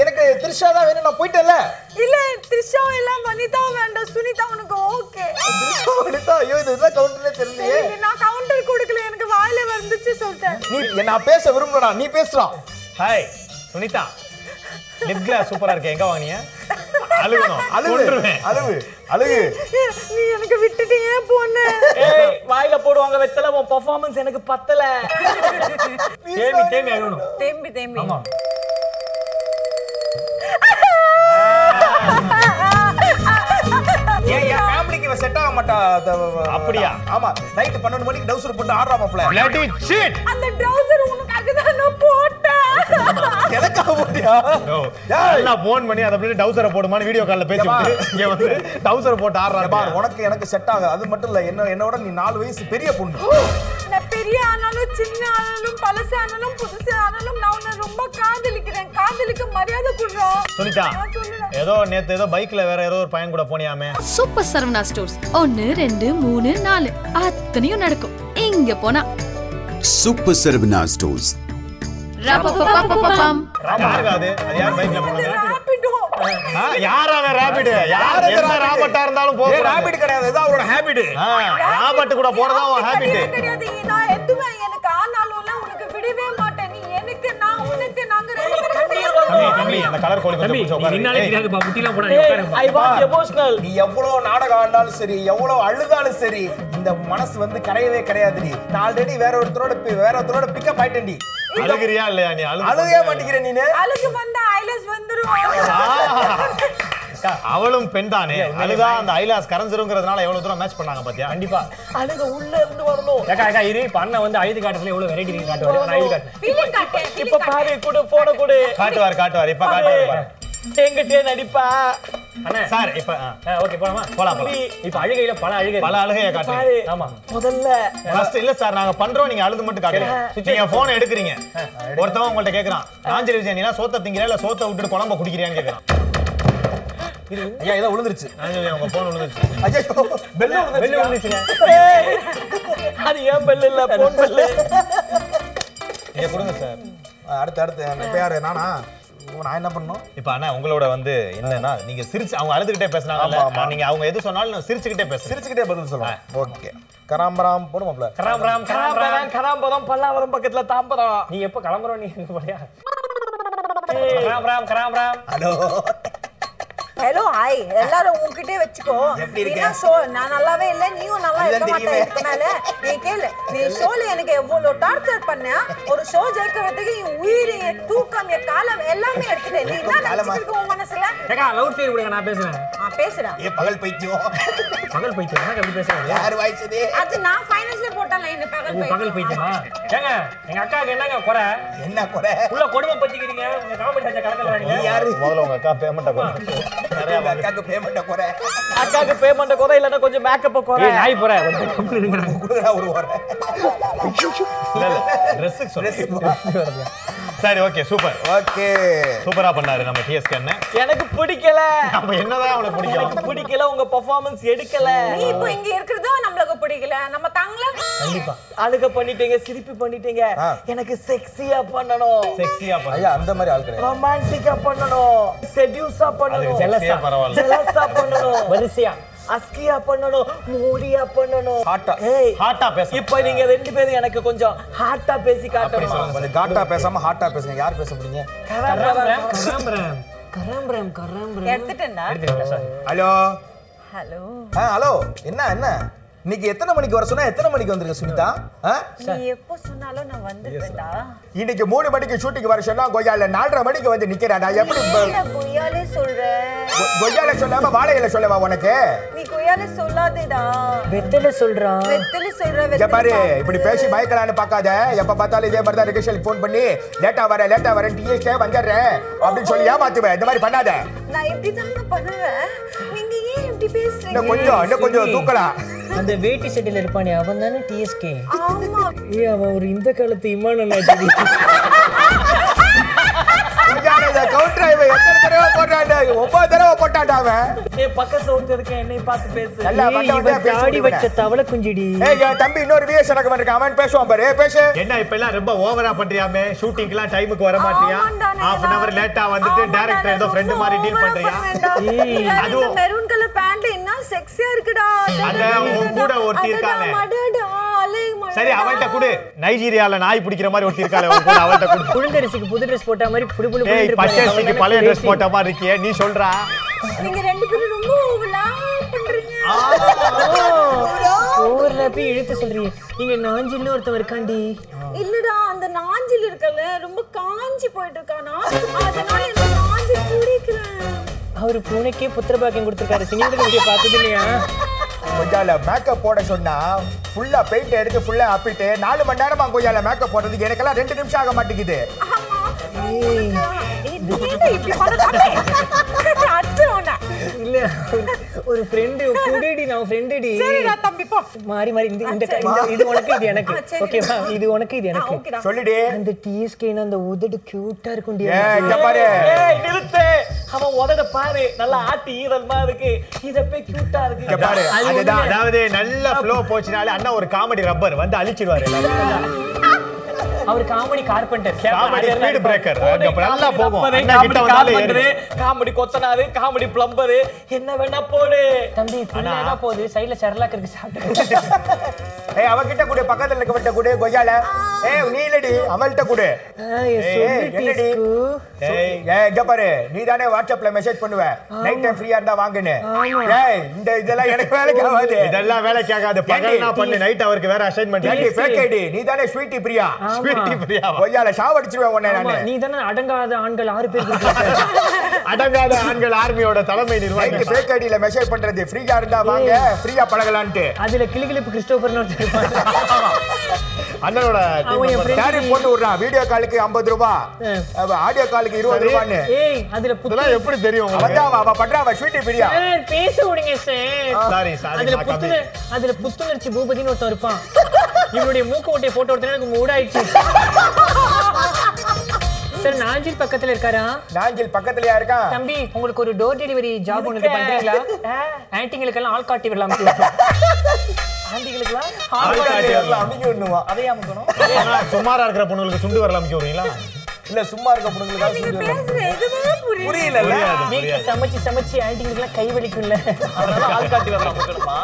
Speaker 4: எனக்கு த்ரிஷா தான் வேணும் நான் போயிட்டேன்ல
Speaker 5: இல்ல த்ரிஷா எல்லாம் வனிதா வேண்டாம் சுனிதா உனக்கு ஓகே
Speaker 4: த்ரிஷா எடுத்தா ஐயோ இது என்ன கவுண்டர்னே தெரியலையே
Speaker 5: நான் கவுண்டர் கொடுக்கல எனக்கு வாயில வந்துச்சு சொல்லிட்டேன்
Speaker 4: நீ என்ன- நான் பேச விரும்பலடா நீ பேசலாம்
Speaker 2: ஹாய் சுனிதா லிப் கிளாஸ் சூப்பரா இருக்கு எங்க வாங்குனீங்க அழுகணும்
Speaker 4: அழுகு
Speaker 2: கொன்றுவேன்.
Speaker 4: அழுகு அழுகு
Speaker 5: நீ எனக்கு விட்டுட்டு ஏன் போன
Speaker 8: ஏய், வாயில போடுவாங்க வெத்தல உன் பர்ஃபார்மன்ஸ் எனக்கு பத்தல
Speaker 3: தேமி தேமி அழுகணும்
Speaker 5: தேம்பி தேம்பி
Speaker 4: ஏன் என் ஃபேமிலிக்கு இவன் செட் ஆக மாட்டா அத- அத-
Speaker 2: அப்படியா?
Speaker 4: ஆமா நைட் பன்னெண்டு மணிக்கு டவுசர் போட்டு ஆடுறா மாப்ள
Speaker 2: Bloody shit!
Speaker 5: அந்த ட்ரௌசர் உனக்காக தான் நான் போட்டேன்
Speaker 4: எனக்காக போட்டியா
Speaker 2: ஓ,
Speaker 4: ஏய்.
Speaker 2: அண்ணா phone பண்ணி அதை அப்படியே டவுசரை போடுமான்னு வீடியோ காலில் பேசி
Speaker 4: ஏம்மா.
Speaker 2: விட்டு இங்க வந்து டவுசரை போட்டு
Speaker 4: இங்க பாரு,
Speaker 2: ஆடுறாரு
Speaker 4: உனக்கு எனக்கு செட் ஆகாது அது மட்டும் இல்ல என்ன என்னோட நீ நாலு வயசு பெரிய பொண்ணு
Speaker 5: நான் பெரிய ஆனாலும் சின்ன ஆனாலும் பழசு ஆனாலும் புதுசு ஆனாலும் நான் உன்னை ரொம்ப காதலிக்கிறேன் காதலிக்க மரியாதை கொடுறோம்
Speaker 2: சுனிதா
Speaker 5: நான் சொல்லுறேன்.
Speaker 2: ஏதோ நேத்து ஏதோ பைக்ல வேற ஏதோ ஒரு பையன் கூட போனியாமே
Speaker 9: Super Saravana Stores. ஒன்னு ரெண்டு மூணு நாலு அத்தனையும் நடக்கும் இங்க போனா
Speaker 10: சூப்பர் சரவணா ஸ்டோர்ஸ்
Speaker 9: ரப்பப்பப்பப்பப்பம்.
Speaker 2: யாருக்கு அது அது யார் பைக்ல
Speaker 5: இந்த
Speaker 2: போனாங்க
Speaker 5: rapido.
Speaker 2: ஆ, யாரான ராபிட் யார்
Speaker 4: யாரு
Speaker 2: எந்த
Speaker 4: rabbit?
Speaker 2: ராபட்டா இருந்தாலும் போக
Speaker 4: ஏ ராபிட் கிடையாது இது அவரோட ஹேபிட்
Speaker 2: ராபட் கூட போறதா
Speaker 5: Rapido
Speaker 2: அவன் ஹேபிட்
Speaker 5: கிடையாது, கிடையாது. நான் எதுவேன், எனக்கு ஆனாலும் இல்ல, உனக்கு விடவே மாட்டேன். நீ எனக்கு, நான் உனக்கு, நாங்க ரெண்டு பேரும் சேர்ந்து
Speaker 2: தம்பி அந்த கலர் கோழி கொஞ்சம்
Speaker 3: தம்பி
Speaker 2: பிடிச்சு
Speaker 3: நீ
Speaker 2: உட்காரு.
Speaker 3: நின்னாலே
Speaker 2: ஏய்,
Speaker 3: தெரியாது பா முட்டிலாம் போனா உட்காருப்பா
Speaker 8: ஐ வாண்ட் எமோஷனல்
Speaker 4: நீ எவ்வளவு நாடகம் ஆடினாலும் சரி எவ்வளவு அழுதாலும் சரி இந்த மனசு வந்து கிடையவே கிடையாதுடி நான் ஆல்ரெடி வேற ஒருத்தரோட பி- வேற ஒருத்தரோட பிக்கப் ஆயிட்டேன்டி
Speaker 2: அழுகிறியா இல்லையா நீ
Speaker 4: அழுகவே
Speaker 2: அழுக
Speaker 4: மாட்டேங்கிற நீனு
Speaker 5: அழுகு வந்தா ஐலஸ் வந்துரும்
Speaker 2: அவளும் பெண் தானே அழுதா அந்த ஐலாஸ் கரைஞ்சிருங்கிறதுனால எவ்வளவு தூரம் மேட்ச் பண்ணாங்க பாத்தியா
Speaker 3: கண்டிப்பா
Speaker 8: அழுக உள்ள இருந்து வரணும்
Speaker 3: ஏக்கா ஏக்கா இரு இப்ப அண்ணன் வந்து ஐது காட்டுறதுல எவ்வளவு வெரைட்டி நீங்க காட்டுவாரு நான் ஐது காட்டுறேன்
Speaker 5: Feeling காட்டு, feeling
Speaker 8: இப்ப பாரு கூட போன கொடு
Speaker 2: காட்டுவார் காட்டுவார் இப்ப காட்டுவார் பாரு.
Speaker 8: எங்கிட்டே நடிப்பா
Speaker 3: அண்ணன்
Speaker 2: சார் இப்ப ஆ,
Speaker 3: ஓகே போலாமா
Speaker 2: போலாம் போலாம்
Speaker 3: இப்ப அழுகையில பல அழுகை
Speaker 2: பல அழுகைய காட்டுறீங்க
Speaker 8: பாரு
Speaker 3: ஆமா
Speaker 8: முதல்ல
Speaker 2: ஃபர்ஸ்ட் இல்ல சார் நாங்க பண்றோம் நீங்க அழுது மட்டும் காட்டுறீங்க நீங்க போன் எடுக்கிறீங்க ஒருத்தவன் உங்கள்ட்ட கேக்குறான் ராஞ்சலி விஜய் நீனா சோத்த திங்கிறியா இல்ல சோத்த விட்டுட்டு குழம்ப குடிக்கிறியான்னு கேக்குறான்
Speaker 4: ஐயா இதோ விழுந்துருச்சு
Speaker 2: ராஞ்சலி விஜய், உங்க போன் விழுந்துருச்சு
Speaker 4: ஐயோ பெல்லு விழுந்துருச்சு
Speaker 8: ஏய், அது ஏன் பெல்லு இல்ல போன் பெல்லு
Speaker 2: நீங்க கொடுங்க சார்
Speaker 4: அடுத்து அடுத்து அந்த இப்ப யாரு நானா ஓ, நான் என்ன பண்ணணும்
Speaker 2: இப்ப அண்ணா உங்களோட வந்து என்னன்னா நீங்க சிரிச்சு அவங்க அழுதுகிட்டே பேசுனாங்கல்ல நான் நீங்க அவங்க எது சொன்னாலும் சிரிச்சுக்கிட்டே பேசுறேன்
Speaker 4: சிரிச்சுக்கிட்டே பதில் சொல்லலாம் ஓகே கராம்பராம் போடுமாப்ல
Speaker 3: கராம் ராம் கராம் ராம்
Speaker 8: கராம்பரம் கராம்பரம் பல்லாவரம் பக்கத்துல தாம்பரம்
Speaker 3: நீ எப்ப கிளம்புறோம் நீ எங்க போறியா கராம் ராம் கராம் ராம்
Speaker 4: ஹலோ
Speaker 5: ஹலோ ஹாய் எல்லாரும் உன்கிட்டே வச்சுக்கோ
Speaker 4: எப்படி இருக்க?
Speaker 5: நீனா ஷோ நான் நல்லாவே இல்ல நீயும் நல்லா
Speaker 4: அதுதான்
Speaker 5: இருக்க மாட்டே
Speaker 4: தெரியுமே.
Speaker 5: இதுக்கு மேல நீ கேளு நீ ஷோல எனக்கு எவ்வளவு டார்ச்சர் பண்ண ஒரு ஷோ ஜெயிக்க வரதுக்கு என் உயிர் என் தூக்கம் என் காலம் எல்லாமே எடுத்துட்ட நீ என்ன
Speaker 4: காலமா?
Speaker 5: நினைச்சிருக்க உன் மனசுல
Speaker 3: ஏக்கா லவ் ஸ்டோரி கொடுங்க நான் பேசுறேன்
Speaker 5: ஆ, பேசுடா
Speaker 4: ஏ பகல் பைத்தியம்
Speaker 3: பகல் பைத்தியம் எனக்கு அப்படி பேசுறேன்
Speaker 4: யார் வாய்ச்சது
Speaker 5: அது நான் ஃபைனல்ஸ்ல போட்டல இந்த பகல்
Speaker 3: ஓ பகல் பைத்தியமா ஏங்க எங்க அக்காவுக்கு என்னங்க குறை
Speaker 4: என்ன குறை
Speaker 3: உள்ள கொடுமை பத்திக்கிறீங்க உங்க காமெடி சச்ச கலக்கலானீங்க
Speaker 4: நீ யாரு
Speaker 2: முதல்ல உங்க அக்கா பேமெண்ட்டை கொடுங்க
Speaker 4: உங்க அக்காக்கு பேமெண்ட்ட குறை
Speaker 8: அக்காக்கு பே பண்ற குறை இல்லன்னா கொஞ்சம் மேக்கப் குறை
Speaker 3: ஏய் நாய் போற கொஞ்சம் கம்முனு இருங்கடா.
Speaker 4: கொடுக்குறா ஒரு குறை
Speaker 2: ட்ரெஸ்ஸுக்கு
Speaker 4: Dress
Speaker 2: சொல்லுங்க
Speaker 4: பா.
Speaker 2: சரி ஓகே சூப்பர்
Speaker 4: ஓகே
Speaker 2: சூப்பரா பண்ணாரு நம்ம டிஎஸ்கே அண்ணன்
Speaker 8: எனக்கு பிடிக்கல
Speaker 2: நம்ம என்னதான் அவனுக்கு
Speaker 8: எனக்கு
Speaker 2: பிடிக்கும்
Speaker 8: பிடிக்கல உங்க பெர்ஃபார்மன்ஸ் எடுக்கல
Speaker 5: நீ இப்போ இங்க இருக்கிறதோ நம்மளுக்கு பிடிக்கல நம்ம தங்கல
Speaker 8: அழுக பண்ணிட்டீங்க சிரிப்பு பண்ணிட்டீங்க
Speaker 4: ஆ.
Speaker 8: எனக்கு செக்ஸியா பண்ணணும்
Speaker 2: செக்ஸியா
Speaker 4: ஐயா அந்த மாதிரி ஆள் கிடையாது
Speaker 8: ரொமான்டிக்கா பண்ணணும் செடியூஸா
Speaker 2: அது
Speaker 8: பண்ணணும்
Speaker 2: jealous-ஆ பரவாயில்ல.
Speaker 8: ஜெலஸா
Speaker 3: [laughs]
Speaker 8: பண்ணணும் வரிசையா அஸ்கியா பண்ணணும் மூடியா பண்ணணும்
Speaker 4: Hot-ஆ.
Speaker 8: ஏய்
Speaker 2: ஹாட்டா பேச
Speaker 8: இப்போ நீங்க ரெண்டு பேரும் எனக்கு கொஞ்சம் ஹாட்டா பேசி காட்டணும்
Speaker 4: கொஞ்சம் காட்டா பேசாம ஹாட்டா பேசுங்க யார் பேச முடியுங்க
Speaker 8: கரம்பரம் கரம்பரம் கரம்பரம் கரம்பரம்
Speaker 5: எடுத்துட்டேன்டா
Speaker 4: ஹலோ
Speaker 5: ஹலோ
Speaker 4: ஆ ஹலோ என்ன என்ன இன்னைக்கு எத்தனை மணிக்கு வர சொன்னா எத்தனை மணிக்கு வந்துருக்க சுனிதா ஆ?
Speaker 5: நீ எப்போ சொன்னாலும் நான் வந்துட்டேன்டா
Speaker 4: இன்னைக்கு மூணு மணிக்கு ஷூட்டிங் வர சொன்னா கொய்யால நாலரை மணிக்கு வந்து நிக்கிறேன் நான் எப்படி ப-
Speaker 5: நான் கொய்யாலே சொல்றேன்
Speaker 4: கொ- கொய்யால சொல்லாம வாழையில சொல்லவா உனக்கு
Speaker 5: நீ கொய்யாலே சொல்லாதேடா
Speaker 8: வெத்தல சொல்றான்
Speaker 5: வெத்தல சொல்ற
Speaker 4: இங்க பாரு
Speaker 5: வெத்தலை
Speaker 4: இப்படி பேசி பயக்கலான்னு பார்க்காத எப்ப பார்த்தாலும் இதே மாதிரி தான் ரிகேஷல் ஃபோன் பண்ணி லேட்டா வர லேட்டா வரேன் டிஎஸ்கே வந்துடுறேன் அப்படின்னு சொல்லி ஏமாத்துவேன் இந்த மாதிரி பண்ணாத
Speaker 5: நான் இப்படி தான் பண்ணுவேன் நீங்க ஏன் இப்படி பேசுறீங்க
Speaker 4: இன்னும் கொஞ்சம் இன்னும் கொஞ்சம் தூக்கலாம்
Speaker 8: அந்த வேட்டி செட்டில இருப்பானே அவன் தானே டிஎஸ்கே
Speaker 5: ஆமா
Speaker 8: ஏய் அவன் ஒரு இந்த காலத்து இமான நாட்டி
Speaker 4: கவுண்டர் இவன் எத்தனை தடவை போட்டாண்டா ஒன்பது தடவை போட்டாண்டா அவன்
Speaker 8: ஏய் பக்கத்துல ஒருத்தர் இருக்கேன் என்னை பார்த்து பேசு
Speaker 4: நல்லா
Speaker 8: ஏய்,
Speaker 4: வந்தா
Speaker 8: இவன்
Speaker 4: வந்தா பேசி
Speaker 8: தாடி
Speaker 4: விடுவேன்.
Speaker 8: வச்ச தவளை குஞ்சிடி
Speaker 4: ஏய் என் தம்பி இன்னொரு விஎஸ் எனக்கு வந்திருக்கான் அவன் பேசுவான் பாரு ஏய், பேசு
Speaker 2: என்ன இப்ப எல்லாம் ரொம்ப ஓவரா பண்றியாமே ஷூட்டிங்லாம் டைமுக்கு வர மாட்டியா
Speaker 5: ஆமாண்டா, நான்
Speaker 2: ஹாஃப் அன் அவர்
Speaker 5: எல்லாம்
Speaker 2: லேட்டா வந்துட்டு
Speaker 5: ஆமாண்டா,
Speaker 2: டேரக்டர் ஏதோ
Speaker 5: நான்
Speaker 2: ஃப்ரெண்டு
Speaker 5: ரொம்ப
Speaker 2: மாதிரி டீல்
Speaker 5: over-ஆ
Speaker 2: பண்றியா
Speaker 5: பண்றேன்டா.
Speaker 8: ஏய்,
Speaker 5: வேற இந்த
Speaker 2: அதுவும்
Speaker 5: மெரூன் கலர் பேண்ட் என்ன செக்ஸியா இருக்குடா
Speaker 2: அட, உன் கூட ஒருத்தி இருக்காளே. சரி அவள்கிட்ட கொடு நைஜீரியால நாய் பிடிக்கிற மாதிரி ஒருத்தி இருக்காளே அவ கூட அவள்கிட்ட கொடு
Speaker 8: புழுந்தரிசிக்கு புது ட்ரெஸ் போட்ட மாதிரி புடு புடு
Speaker 2: ஏய் பச்சை அரிசிக்கு பழைய ட்ரெஸ் போட்ட மாதிரி இருக்கியே நீ சொல்றா
Speaker 5: நீங்க ரெண்டு பேரும் ரொம்ப ஓவலா பண்றீங்க
Speaker 8: ஓவர் போய் இழுத்து சொல்றீங்க நீங்க நாஞ்சில்னு ஒருத்தன் இருக்காண்டி
Speaker 5: இல்லடா அந்த நாஞ்சில் இருக்கல ரொம்ப காஞ்சி போயிட்டு இருக்கானா அதனால இந்த நாஞ்சில் குடிக்கிறேன்
Speaker 8: அவரு பூனைக்கே புத்திர பாக்கியம் கொடுத்துருக்காரு சிங்கத்துக்கு பார்த்தது இல்லையா
Speaker 4: கொய்யால மேக்கப் போட சொன்னா ஃபுல்லா பெயிண்ட் எடுத்து ஃபுல்லா அப்பிட்டு நாலு மணி நேரமா கொய்யால மேக்கப் போடுறதுக்கு எனக்கெல்லாம் ரெண்டு நிமிஷம் ஆக மாட்டேங்குது
Speaker 5: ஆமா ஏய், நீ ஏன்டா இப்படி பண்ணதாமே அடிச்சிடும் உன்னை
Speaker 8: இல்ல ஒரு ஃப்ரெண்டு குடிடி நான் ஃப்ரெண்டுடி
Speaker 5: சரிடா தம்பி போ
Speaker 8: மாறி மாறி இந்த இந்த
Speaker 5: சரி.
Speaker 8: இந்த- இது உனக்கு இது எனக்கு
Speaker 5: ஆ, சரி.
Speaker 8: ஓகேவா இது உனக்கு இது
Speaker 5: ஆ,
Speaker 8: எனக்கு
Speaker 5: ஓகேடா
Speaker 4: சொல்லிடு
Speaker 8: அந்த டிஎஸ்கே அந்த உதடு கியூட்டா இருக்கும்
Speaker 4: ஏ இங்க பாரு
Speaker 3: நிறுத்து அவன் உதட பாரு நல்லா ஆட்டி ஈரல்மா இருக்கு இத போய் கியூட்டா இருக்கு
Speaker 4: இங்க பாரு
Speaker 8: அது
Speaker 4: அதுதான்
Speaker 2: அதாவது நல்ல ஃப்ளோ போச்சுனாலே அண்ணா ஒரு காமெடி ரப்பர் வந்து அழிச்சிடுவாரு எல்லாத்தையும்.
Speaker 3: அவர் comedy carpenter
Speaker 2: Comedy speed breaker. அங்க அப்ப நல்லா போகும். அண்ணா கிட்ட வந்தாலே ஏறு.
Speaker 3: காமெடி கொத்தனாரு காமெடி பிளம்பர் என்ன வேணா போடு தம்பி
Speaker 2: ஆனா-
Speaker 3: புள்ளா போகுது சைடுல சரலாக்கு இருக்கு சாப்பிட்டு
Speaker 4: ஏய் அவகிட்ட கூட பக்கத்துல இருக்கவட்ட கூட கொய்யால ஏய் நீலடி அவள்கிட்ட கூட ஏய் என்னடி
Speaker 2: ஏய்,
Speaker 4: ஏய் இங்க பாரு நீ தானே வாட்ஸ்அப்ல மெசேஜ் பண்ணுவ நைட் டைம் ஃப்ரீயா இருந்தா வாங்குன்னு ஏய் இந்த இதெல்லாம் எனக்கு வேலைக்கு ஆகாது
Speaker 2: இதெல்லாம் வேலைக்கு ஆகாது பகல்னா
Speaker 4: ஏண்டி?
Speaker 2: பண்ணு நைட் அவருக்கு வேற அசைன்மெண்ட்
Speaker 4: ஏண்டி பேக்கேடி நீ தானே ஸ்வீட்டி பிரியா கொய்யால சாவடிச்சிருவேன் உன்னை
Speaker 3: நீ
Speaker 4: நானு
Speaker 3: தானே அடங்காத ஆண்கள் ஆறு பேர் இருக்காங்க.
Speaker 2: [laughs] அடங்காத ஆண்கள் ஆர்மியோட தலைமை
Speaker 4: நைட்
Speaker 2: நிர்வாகி
Speaker 4: பேக்கேடியில மெசேஜ் பண்றது ஃப்ரீயா இருந்தா வாங்க ஃப்ரீயா பழகலான்ட்டு
Speaker 3: அதுல கிளிகிளிப்பு கிறிஸ்டோபர்னு ஒருத்தர்
Speaker 2: [laughs]
Speaker 3: இருப்பான்.
Speaker 2: அண்ணனோட team
Speaker 3: அவன் என்
Speaker 2: member.
Speaker 3: friend.
Speaker 4: டேரிப் போட்டு விடுறான் வீடியோ காலுக்கு 50 ரூபா ஆடியோ காலுக்கு இருபது
Speaker 2: சரி.
Speaker 4: ரூபான்னு
Speaker 3: ஏய் அதுல
Speaker 2: இதெல்லாம் எப்படி தெரியும் உங்களுக்கு
Speaker 4: அவதான் அவ- அவ பண்றா அவ ஸ்வீட்டி பிரியா
Speaker 3: சார் பேச விடுங்க சார்
Speaker 2: சாரி சாரி
Speaker 3: அதுல புத்துணர் அதுல புத்துணர்ச்சி பூபதினு ஒருத்தன் இருப்பான் இவனுடைய மூக்கு ஓட்டைய போட்டோ ஒருத்தன் எனக்கு மூடாயிடுச்சு சார் நாஞ்சில் பக்கத்துல இருக்காரா
Speaker 4: நாஞ்சில் பக்கத்துலயா இருக்கான்
Speaker 3: தம்பி உங்களுக்கு ஒரு டோர் டெலிவரி ஜாப் ஒன்று பண்றீங்களா ஆன்ட்டிங்களுக்கெல்லாம் ஆள் காட்டி விடலாம் ஆன்ட்டிங்களுக்கெல்லாம் ஆள்
Speaker 2: ஆள்
Speaker 3: காட்டி
Speaker 2: காட்டி
Speaker 3: விடலாம்
Speaker 4: அப்படிங்க ஒண்ணுவான்
Speaker 3: அதையே அமுக்கணும்
Speaker 2: சுமாரா இருக்கிற பொண்ணுங்களுக்கு சுண்டு வரலாம் வரலாமிக்கு வரீங்களா
Speaker 4: இல்ல சும்மா இருக்க பொண்ணுங்களுக்காக
Speaker 5: நீங்க
Speaker 4: செஞ்சு விடுறோம்.
Speaker 5: பேசுற எதுவுமே புரியல
Speaker 4: புரியலல்ல
Speaker 8: வீட்டுல சமைச்சு சமைச்சு ஆன்டிங்களுக்கு கை வலிக்கும்ல அதனால ஆள் காட்டி வரலாம் கொடுக்கணுமா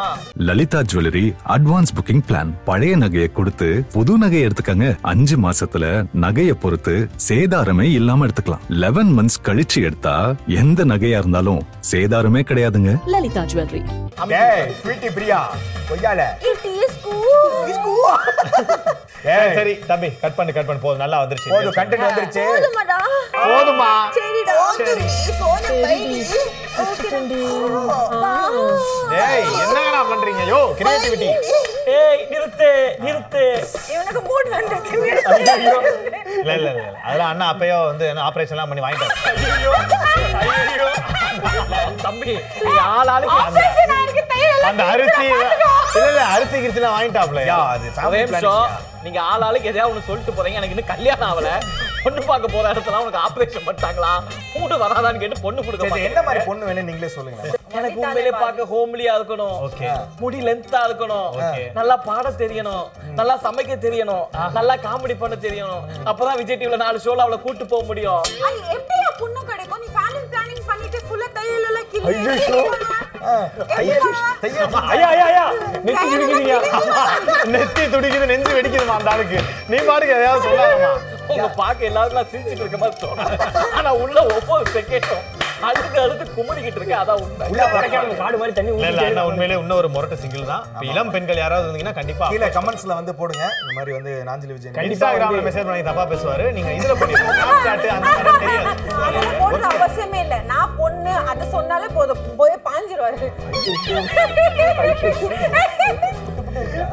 Speaker 6: Lalitha jewellery advance booking plan பழைய நகையை கொடுத்து புது நகையை எடுத்துக்கங்க அஞ்சு மாசத்துல நகையை பொறுத்து சேதாரமே இல்லாம எடுத்துக்கலாம் லெவன் மந்த்ஸ் கழிச்சு எடுத்தா எந்த நகையா இருந்தாலும் சேதாரமே கிடையாதுங்க
Speaker 11: லலிதா ஜுவல்லரி
Speaker 4: ஏய் ஸ்வீட்டி பிரியா கொய்யால
Speaker 5: இட் இஸ் கூல்
Speaker 2: ஏய் சரி தம்பி கட் பண்ணு கட் பண்ணு போதும் நல்லா
Speaker 4: போதும்
Speaker 2: வந்துருச்சு
Speaker 4: கண்டென்ட் வந்துருச்சு
Speaker 5: போதுமாடா
Speaker 2: போதுமா
Speaker 5: சரிடா சரி போன பைடி ஓகேடா
Speaker 2: ஏய் என்னங்கடா பண்றீங்க யோ கிரியேட்டிவிட்டி
Speaker 8: ஏய் நிறுத்து நிறுத்து
Speaker 5: இவனுக்கு மூட் வந்துருச்சு
Speaker 2: இல்ல இல்ல இல்ல இல்ல. அதெல்லாம் அண்ணா அப்பயோ வந்து ஆபரேஷன் எல்லாம் பண்ணி வாங்கிட்டாங்க
Speaker 8: ஐயோ தம்பி நீ ஆள் ஆளுக்கு அந்த-
Speaker 5: ஆபரேஷன் ஆயிருக்கு தையல் எல்லாம்
Speaker 2: அந்த அரிசி இல்ல இல்ல அரிசி கிரிசி எல்லாம் வாங்கிட்டாப்ல
Speaker 4: யா, அது
Speaker 8: ஒரே
Speaker 4: family
Speaker 8: நிமிஷம்
Speaker 4: planning.
Speaker 8: நீங்க ஆள் ஆளுக்கு எதையாவது ஒண்ணு சொல்லிட்டு போறீங்க எனக்கு இன்னும் கல்யாணம் ஆகல பொண்ணு பார்க்க போற இடத்துல உனக்கு ஆபரேஷன் பண்ணிட்டாங்களா மூட்டு வராதான்னு கேட்டு பொண்ணு கொடுக்க
Speaker 4: சரி, சரி, என்ன
Speaker 8: மாட்டேங்கிறீங்க.
Speaker 4: மாதிரி பொண்ணு வேணும் நீங்களே சொல்லுங்க
Speaker 8: எனக்கு உண்மையிலே பார்க்க ஹோம்லியா இருக்கணும்
Speaker 2: Okay.
Speaker 8: முடி லென்த்தா இருக்கணும் நல்லா பாட தெரியணும் நல்லா சமைக்க தெரியணும் நல்லா காமெடி பண்ண தெரியணும் அப்பதான் விஜய் டிவில நாலு ஷோல அவளை கூட்டு போக முடியும்
Speaker 5: ஐய், எப்படியா பொண்ணு கிடைக்கும் நீ ஃபேமிலி பிளானிங் பண்ணிட்டு ஃபுல்லா தையல் எல்லாம் கிள்ளி
Speaker 4: ஐயோ. ஆ, ஐயா, ஐயா,
Speaker 2: ஐயா ஐயா ஐயா நெத்தி துடிக்குதுயா
Speaker 5: கிழிக்கிறீங்க
Speaker 2: நெத்தி துடிக்குது நெஞ்சு வெடிக்குதுமா அந்த ஆளுக்கு நீ பாட்டுக்கு எதையாவது சொல்லாதமா
Speaker 8: உங்க பாக்க எல்லாரும் நான் சிரிச்சுட்டு இருக்க மாதிரி தோணும் ஆனா உள்ள ஒவ்வொரு செகண்டும் அழுது அழுது குமுறிக்கிட்டு இருக்கு அதான் உண்மை
Speaker 4: உள்ள வரைக்கும்
Speaker 8: காடு மாதிரி தண்ணி
Speaker 2: இல்ல இல்ல அண்ணா உண்மையிலே இன்னும் ஒரு முரட்டு சிங்கிள் தான் இப்ப இளம் பெண்கள் யாராவது இருந்தீங்கன்னா கண்டிப்பா
Speaker 4: கீழே கமெண்ட்ஸ்ல வந்து போடுங்க இந்த மாதிரி வந்து நாஞ்சலி விஜய்
Speaker 2: இன்ஸ்டாகிராம்ல மெசேஜ் பண்ணி தப்பா பேசுவாரு நீங்க இதுல [laughs] பண்ணி ஸ்னாப்சாட் அந்த மாதிரி
Speaker 5: [laughs]
Speaker 2: தெரியாது
Speaker 5: அதெல்லாம் போடுற அவசியமே இல்ல நான் பொண்ணு அது சொன்னாலே போதும் போய் பாஞ்சிருவாரு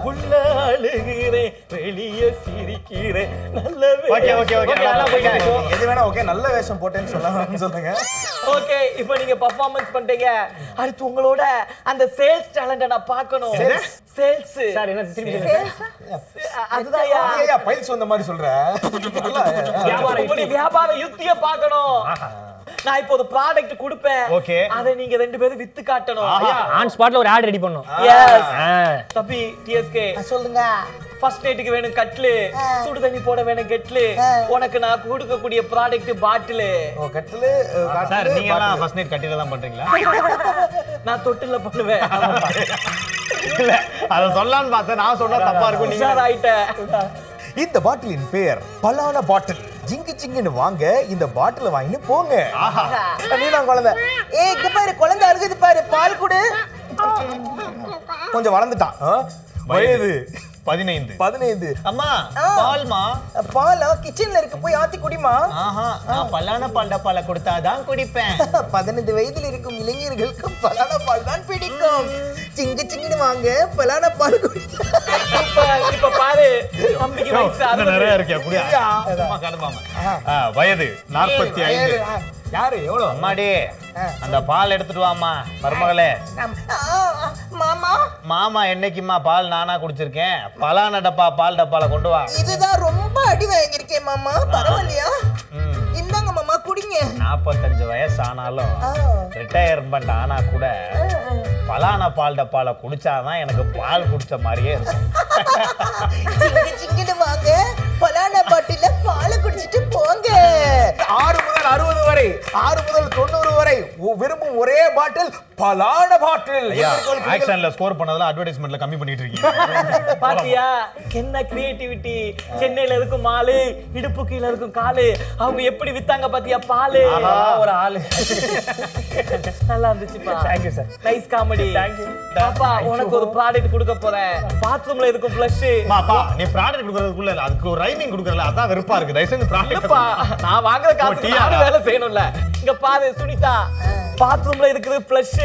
Speaker 8: உள்ள அழுகிறேன் வெளியே சிரிக்கிறேன் நல்ல
Speaker 2: Okay, okay, okay.
Speaker 4: எது வேணா ஓகே நல்ல வேஷம் போட்டேன்னு சொல்லலாம்னு சொல்லுங்க
Speaker 8: ஓகே இப்போ நீங்க பெர்ஃபார்மன்ஸ் பண்றீங்க அடுத்து உங்களோட அந்த சேல்ஸ் டேலண்ட நான் பார்க்கணும் சேல்ஸ் சார் என்ன அதுதான்
Speaker 4: ஐயா பைல்ஸ் வந்த மாதிரி சொல்ற நல்லா, ஆ.
Speaker 8: உங்களுடைய வியாபார யுத்திய பார்க்கணும் நான் இப்போ ஒரு ப்ராடக்ட் கொடுப்பேன்
Speaker 2: Okay.
Speaker 8: அதை நீங்க ரெண்டு பேரும் வித்து காட்டணும்
Speaker 3: ஆன் ஸ்பாட்ல ஒரு ஆட் ரெடி பண்ணும்
Speaker 8: எஸ் தப்பி டிஎஸ்கே சொல்லுங்க ஃபர்ஸ்ட் டேட்டுக்கு வேணும் கட்லு சுடு தண்ணி போட வேணும் கெட்லு உனக்கு நான் கொடுக்கக்கூடிய ப்ராடக்ட் பாட்டில்
Speaker 4: ஓ, கட்டிலு, அஹ், காட்டிலு,
Speaker 2: சார் நீங்க எல்லாம்
Speaker 4: பாட்டிலு.
Speaker 2: ஃபர்ஸ்ட் நைட் கட்டில தான் பண்றீங்களா
Speaker 8: நான் தொட்டில பண்ணுவேன்
Speaker 2: இல்ல அத சொல்லான்னு பார்த்தேன் நான் சொன்னா தப்பா இருக்கும் நீங்க
Speaker 8: உஷார் ஆயிட்ட
Speaker 4: இந்த பாட்டிலின் பெயர் பலான பாட்டில் ஜிங்கு ஜிங்குன்னு வாங்க இந்த பாட்டில வாங்கிட்டு போங்க நீனா குழந்தை ஏ இங்க பாரு குழந்தை அழுகுது பாரு பால் கொடு கொஞ்சம் வளர்ந்துட்டான் ஆ? வயது
Speaker 2: பதினைந்து
Speaker 4: பதினைந்து
Speaker 2: அம்மா பால்மா
Speaker 4: பால் கிச்சன்ல இருக்கு போய் ஆத்தி குடிமா
Speaker 2: ஆஹா நான் பல்லான பால் டப்பால கொடுத்தாதான் குடிப்பேன்
Speaker 4: பதினைந்து வயதில் இருக்கும் இளைஞர்களுக்கு பலான பால் தான் பிடிக்கும் சிங்கு சிங்குன்னு வாங்க பலான பால் குடி
Speaker 8: இப்ப இப்ப பாரு தம்பிக்கு வயசு
Speaker 2: இன்னும் நிறைய
Speaker 8: அறுபது.
Speaker 2: இருக்கே அப்படியா சும்மா கடுப்பாம. ஆ, வயது நாற்பத்தி ஐந்து
Speaker 4: யாரு எவ்வளவு
Speaker 2: அம்மாடி அந்த பால் எடுத்துட்டு வாமா மருமகளே
Speaker 4: மாமா
Speaker 2: மாமா என்னைக்குமா பால் நானா குடிச்சிருக்கேன் பலான டப்பா பால் டப்பால கொண்டு வா
Speaker 4: இதுதான் ரொம்ப அடி வாங்கியிருக்கேன் மாமா பரவாயில்லையா இந்தாங்க மாமா குடிங்க
Speaker 2: நாற்பத்தஞ்சு வயசு ஆனாலும் ரிட்டையர்மெண்ட் ஆனா கூட பலான பால் டப்பால குடிச்சாதான் எனக்கு பால் குடிச்ச மாதிரியே இருக்கும்
Speaker 4: சிங்கிடு சிங்கிடு வாங்க பலானா பாட்டில பாலை குடிச்சிட்டு போங்க ஆறு முதல் அறுபது வரை ஆறு முதல் தொண்ணூறு வரை ஒ- விரும்பும் ஒரே பாட்டில் பலான பாட்டில்
Speaker 2: ஐயா ஆக்ஷன்ல ஸ்கோர் பண்ணதெல்லாம் அட்வர்டைஸ்மெண்ட்ல கம்மி பண்ணிட்டு இருக்கீங்க
Speaker 8: பாத்தியா என்ன கிரியேட்டிவிட்டி சென்னையில இருக்கும் மாலு இடுப்பு கீழ இருக்கும் காலு அவங்க எப்படி வித்தாங்க பாத்தியா பாலு ஒரு ஆளு நல்லா இருந்துச்சுப்பா
Speaker 2: Thank you, sir.
Speaker 8: Nice comedy
Speaker 2: Thank you.
Speaker 8: பாப்பா உனக்கு ஒரு ப்ராடக்ட் கொடுக்க போறேன் பாத்ரூம்ல இருக்கும் ஃப்ளஷ்
Speaker 2: மாப்பா நீ ப்ராடக்ட் கொடுக்கறதுக்குள்ள இல்ல, அதுக்கு ஒரு ரைமிங் கொடுக்கறல அதான் வெறுப்பா இருக்கு தயவு செஞ்சு ப்ராடக்ட்
Speaker 8: என்னப்பா நான் வாங்குற
Speaker 2: ஓ,
Speaker 8: காசு
Speaker 2: டீயா?
Speaker 8: நானும் வேலை செய்யணும்ல இங்க பாரு சுனிதா பாத்ரூம்ல இருக்குது ஃப்ளஷ்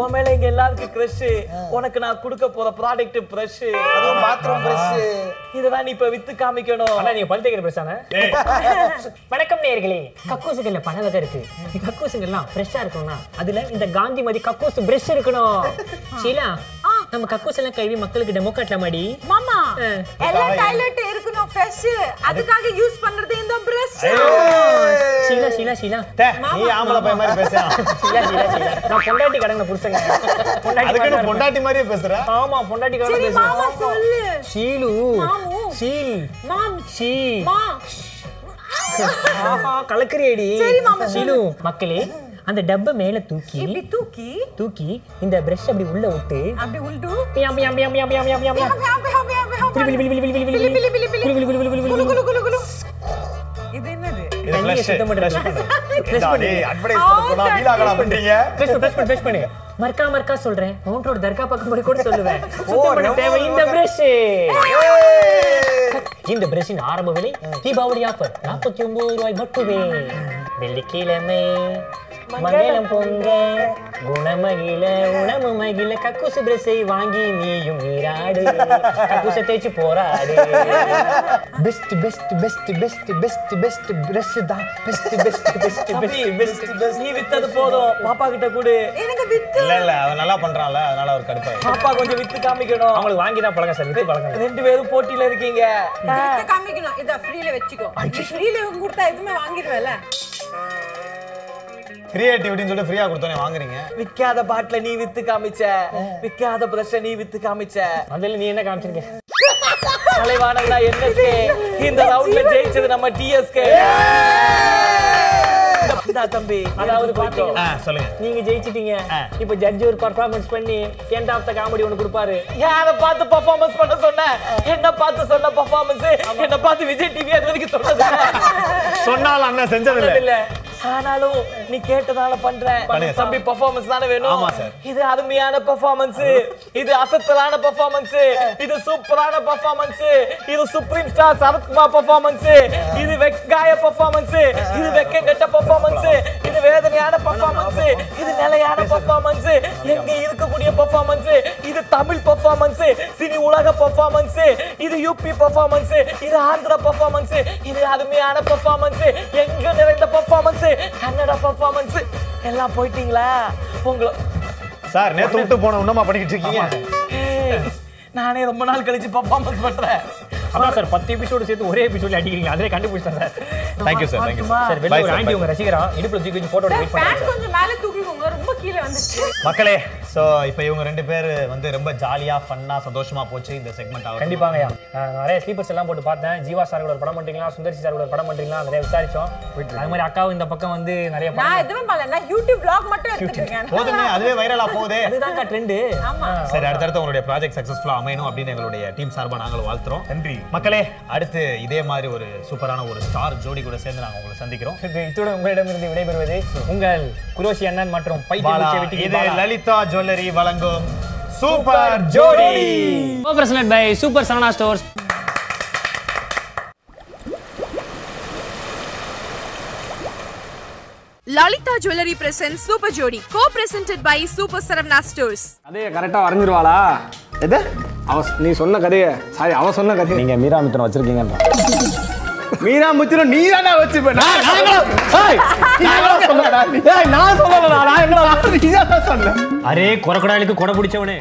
Speaker 8: உன் மேல எங்க எல்லாருக்கும் கிரஷ் உனக்கு நான் கொடுக்க போற ப்ராடக்ட் பிரஷ்
Speaker 4: பாத்ரூம் பிரஷ்
Speaker 8: இதுதான் நீ இப்ப வித்து காமிக்கணும்
Speaker 3: நீங்க பழுத்தேக்கிற பேசாம வணக்கம் நேயர்களே கக்கூசுகள்ல பல வகை இருக்கு இந்த கக்கூசுங்கள்லாம் ஃப்ரெஷ்ஷா இருக்கும்னா அதுல இந்த காந்திமதி கக்கூசு பிரஷ் இருக்கணும் ஷீலா நம்ம கக்கூஸ் எல்லாம் கழுவி மக்களுக்கு டெமோ காட்டலாம் மாடி
Speaker 5: மாமா எல்லா டாய்லெட் இருக்கணும் ஃப்ரெஷ் அதுக்காக யூஸ் பண்றது இந்த பிரஷ்
Speaker 3: ஷீலா ஷீலா ஷீலா
Speaker 2: நீ ஆம்பளை பையன் மாதிரி பேசுற
Speaker 3: ஷீலா ஷீலா ஷீலா நான் பொண்டாட்டி கடங்க புருஷங்க பொண்டாட்டி
Speaker 2: அதுக்கு
Speaker 3: கடங்க
Speaker 2: பொண்டாட்டி மாதிரியே பேசுற
Speaker 3: ஆமா பொண்டாட்டி கடங்க
Speaker 5: சரி மாமா
Speaker 3: பேசுறேன்
Speaker 5: சொல்லு
Speaker 3: ஷீலு
Speaker 5: மாமு.
Speaker 3: ஷீல்
Speaker 5: மாம்
Speaker 3: ஷீ
Speaker 5: மா ஆ,
Speaker 3: ஆஹா கலக்குறியடி
Speaker 5: சரி, மாமா,
Speaker 3: சீலு மக்களே அந்த டப்பை மேல தூக்கி
Speaker 5: இப்படி தூக்கி
Speaker 3: தூக்கி இந்த பிரஷ் அப்படி உள்ள விட்டு
Speaker 5: அப்படி உண்டு
Speaker 3: பியா, பியா, பியா, பியா, பியா, பியா, பியா. பிலி, பிலி, பிலி, பிலி, பிலி, பிலி, பிலி, பிலி, பிலி, பிலி, பிலி, பிலி, பிலி, பிலி.
Speaker 5: இது என்னது
Speaker 2: இது
Speaker 3: தண்ணியை
Speaker 2: flush,
Speaker 3: சுத்தம் பண்றது.
Speaker 2: flush பண்ணு.
Speaker 3: Press
Speaker 2: ஏண்டா டேய்,
Speaker 3: பண்ணு.
Speaker 2: advertise பண்ண சொன்னா வீணா கலாம் பண்றீங்க.
Speaker 3: Press பண்ணு, press பண்ணு, press பண்ணு. மர்க்கா மர்க்கா சொல்றேன் மவுண்டோட தர்கா பக்கம் போய் கூட சொல்லுவேன் சுத்தம் பண்ண தேவை இந்த பிரஷ் இந்த பிரஷின் ஆரம்ப விலை தீபாவளி ஆஃபர் நாற்பத்தி ஒன்பது ரூபாய் மட்டுமே வெள்ளிக்கிழமை மங்களம் பொங்க குணமகில உணவு மகில கக்கூசு பிரஸை வாங்கி நீயும் நீராடு கக்கூசை தேய்ச்சி போராடு
Speaker 4: best best best best best best brush தான் best best best best best
Speaker 8: நீ வித்தது போதும் பாப்பா கிட்ட கூடு
Speaker 5: எனக்கு வித்து
Speaker 2: இல்ல இல்ல அவன் நல்லா பண்றான்ல அதனால அவர் கடுப்பாயிரு
Speaker 8: பாப்பா கொஞ்சம் வித்து காமிக்கணும்
Speaker 3: அவங்களுக்கு வாங்கி தான் பழக்கம் சார் வித்து பழக்கம்
Speaker 8: ரெண்டு பேரும் போட்டியில இருக்கீங்க
Speaker 5: வித்து காமிக்கணும் இத ஃப்ரீல வச்சுக்கோ நீ ஃப்ரீல கொடுத்தா எதுவுமே வாங்கிடுவேல
Speaker 2: கிரியேட்டிவிட்டின்னு சொல்லிட்டு ஃப்ரீயா கொடுத்தோன்னே வாங்குறீங்க
Speaker 8: விக்காத பாட்டில நீ வித்து காமிச்ச விக்காத பிரஷ நீ வித்து காமிச்ச
Speaker 3: அதில் நீ என்ன காமிச்சிருக்க
Speaker 8: தலைவானங்களா என்எஸ்கே இந்த ரவுண்ட்ல ஜெயிச்சது நம்ம டிஎஸ்கே இந்தா தம்பி
Speaker 3: அதாவது
Speaker 8: அதாவது
Speaker 3: பாத்தீங்கன்னா
Speaker 2: ஆ, சொல்லுங்க
Speaker 3: நீங்க ஜெயிச்சிட்டீங்க இப்ப ஜட்ஜி ஒரு பர்ஃபார்மன்ஸ் பண்ணி எண்ட் ஆஃப் த காமெடி ஒன்னு கொடுப்பாரு
Speaker 8: யார பார்த்து பெர்ஃபார்மன்ஸ் பண்ண சொன்ன என்ன பார்த்து சொன்ன பெர்ஃபார்மன்ஸ் என்ன பார்த்து விஜய் டிவி அது வரைக்கும் சொன்னது
Speaker 2: [laughs] சொன்னாலும் அண்ணன் செஞ்சது இல்ல
Speaker 8: இல்ல ஆனாலும் நீ கேட்டதால பண்றேன்
Speaker 2: பண்ணுங்க sir.
Speaker 8: தம்பி பெர்ஃபார்மன்ஸ் தானே வேணும்
Speaker 2: ஆமா sir.
Speaker 8: இது அருமையான பெர்ஃபார்மன்ஸ் இது அசத்தலான பெர்ஃபார்மன்ஸ் இது சூப்பரான பெர்ஃபார்மன்ஸ் இது சுப்ரீம் ஸ்டார் சரத்குமார் பெர்ஃபார்மன்ஸ் இது வெங்காய பெர்ஃபார்மன்ஸ் இது வெக்கங்கெட்ட பெர்ஃபார்மன்ஸ் இது வேதனையான பெர்ஃபார்மன்ஸ் இது நிலையான பெர்ஃபார்மன்ஸ் எங்க இருக்கக்கூடிய பெர்ஃபார்மன்ஸ் இது தமிழ் பெர்ஃபார்மன்ஸ் சினி உலக பெர்ஃபார்மன்ஸ் இது யூபி பெர்ஃபார்மன்ஸ் இது ஆந்திர பெர்ஃபார்மன்ஸ் இது அருமையான பெர்ஃபார்மன்ஸ் எங்க நிறைந்த பெர்ஃபார்மன்ஸ் கன்னட பெர்ஃபார்மன்ஸ் எல்லாம் போயிட்டீங்களா உங்களை
Speaker 2: சார் நேத்து விட்டு போன இன்னமா பண்ணிக்கிட்டு இருக்கீங்க
Speaker 8: ஏய், நானே ரொம்ப நாள் கழிச்சு பர்ஃபார்மன்ஸ் பண்றேன்
Speaker 3: அதான் சார் பத்து எபிசோடு சேர்த்து ஒரே எபிசோட்ல அடிக்கிறீங்க அதிலே கண்டுபிடிச்சேன் sir
Speaker 2: thank you sir thank you
Speaker 3: sir
Speaker 2: sir
Speaker 3: வெளியே
Speaker 2: பை
Speaker 3: ஒரு ஆண்டி
Speaker 2: சார்
Speaker 3: உங்க ரசிகரா இடுப்புல தூக்கி வச்சு போட்டோ வெயிட்
Speaker 5: பேண்ட்
Speaker 3: பண்ணுங்க
Speaker 5: கொஞ்சம் மேல தூக்கிக்கோங்க ரொம்ப கீழே வந்துச்சு
Speaker 2: மக்களே ஸோ இப்போ இவங்க ரெண்டு பேர் வந்து ரொம்ப ஜாலியாக ஃபன்னாக சந்தோஷமா போச்சு இந்த செக்மெண்ட் ஆகும்
Speaker 3: கண்டிப்பாங்க நிறைய ஸ்லீப்பர்ஸ் எல்லாம் போட்டு பார்த்தேன் ஜீவா சார் கூட ஒரு படம் பண்றீங்களா சுந்தர்சி சார் கூட ஒரு படம் பண்றீங்களா நிறைய விசாரிச்சோம் அது மாதிரி அக்காவும் இந்த பக்கம் வந்து நிறைய படம்
Speaker 5: நான் எதுவுமே பண்ணல நான் யூடியூப் vlog மட்டும் எடுத்துட்டு இருக்கேன்
Speaker 2: போதுமே அதுவே வைரலாக போகுதே
Speaker 3: இதுதான்க்கா ட்ரெண்டு
Speaker 5: ஆமா
Speaker 2: சரி அடுத்தடுத்து உங்களுடைய ப்ராஜெக்ட் சக்ஸஸ்ஃபுல்லாக அமையணும் அப்படின்னு எங்களுடைய டீம் சார்பாக நாங்கள் வாழ்த்துறோம் நன்றி மக்களே அடுத்து இதே மாதிரி ஒரு சூப்பரான ஒரு ஸ்டார் ஜோடி கூட சேர்ந்து நாங்கள் உங்களை சந்திக்கிறோம்
Speaker 3: இது இத்துடன் உங்களிடமிருந்து விடைபெறுவது உங்கள் குரோஷி அண்ணன் மற்றும் பைத்திய வெட்டி
Speaker 2: இது லலிதா ஜுவல்லரி வழங்கும் super Jodi
Speaker 3: by super Saravana stores
Speaker 1: Lalitha jewellery present super Jodi co presented by super Saravana stores
Speaker 11: கதையை கரெக்டாக வரைஞ்சிருவாளா எது அவ நீ சொன்ன கதையை சாரி அவ சொன்ன கதையை நீங்கள் மீரா மித்திரம் வச்சிருக்கீங்கன்றா மீரா மித்திரம் நீ தானே வச்சுப்பேன் நான் சொல்லலடா நீ- ஏய், நான் சொல்லலடா நான் எங்கடா நீ தான் சொன்னேன்
Speaker 3: அரே கொரக்கடாலுக்கு கொடை பிடிச்சவனே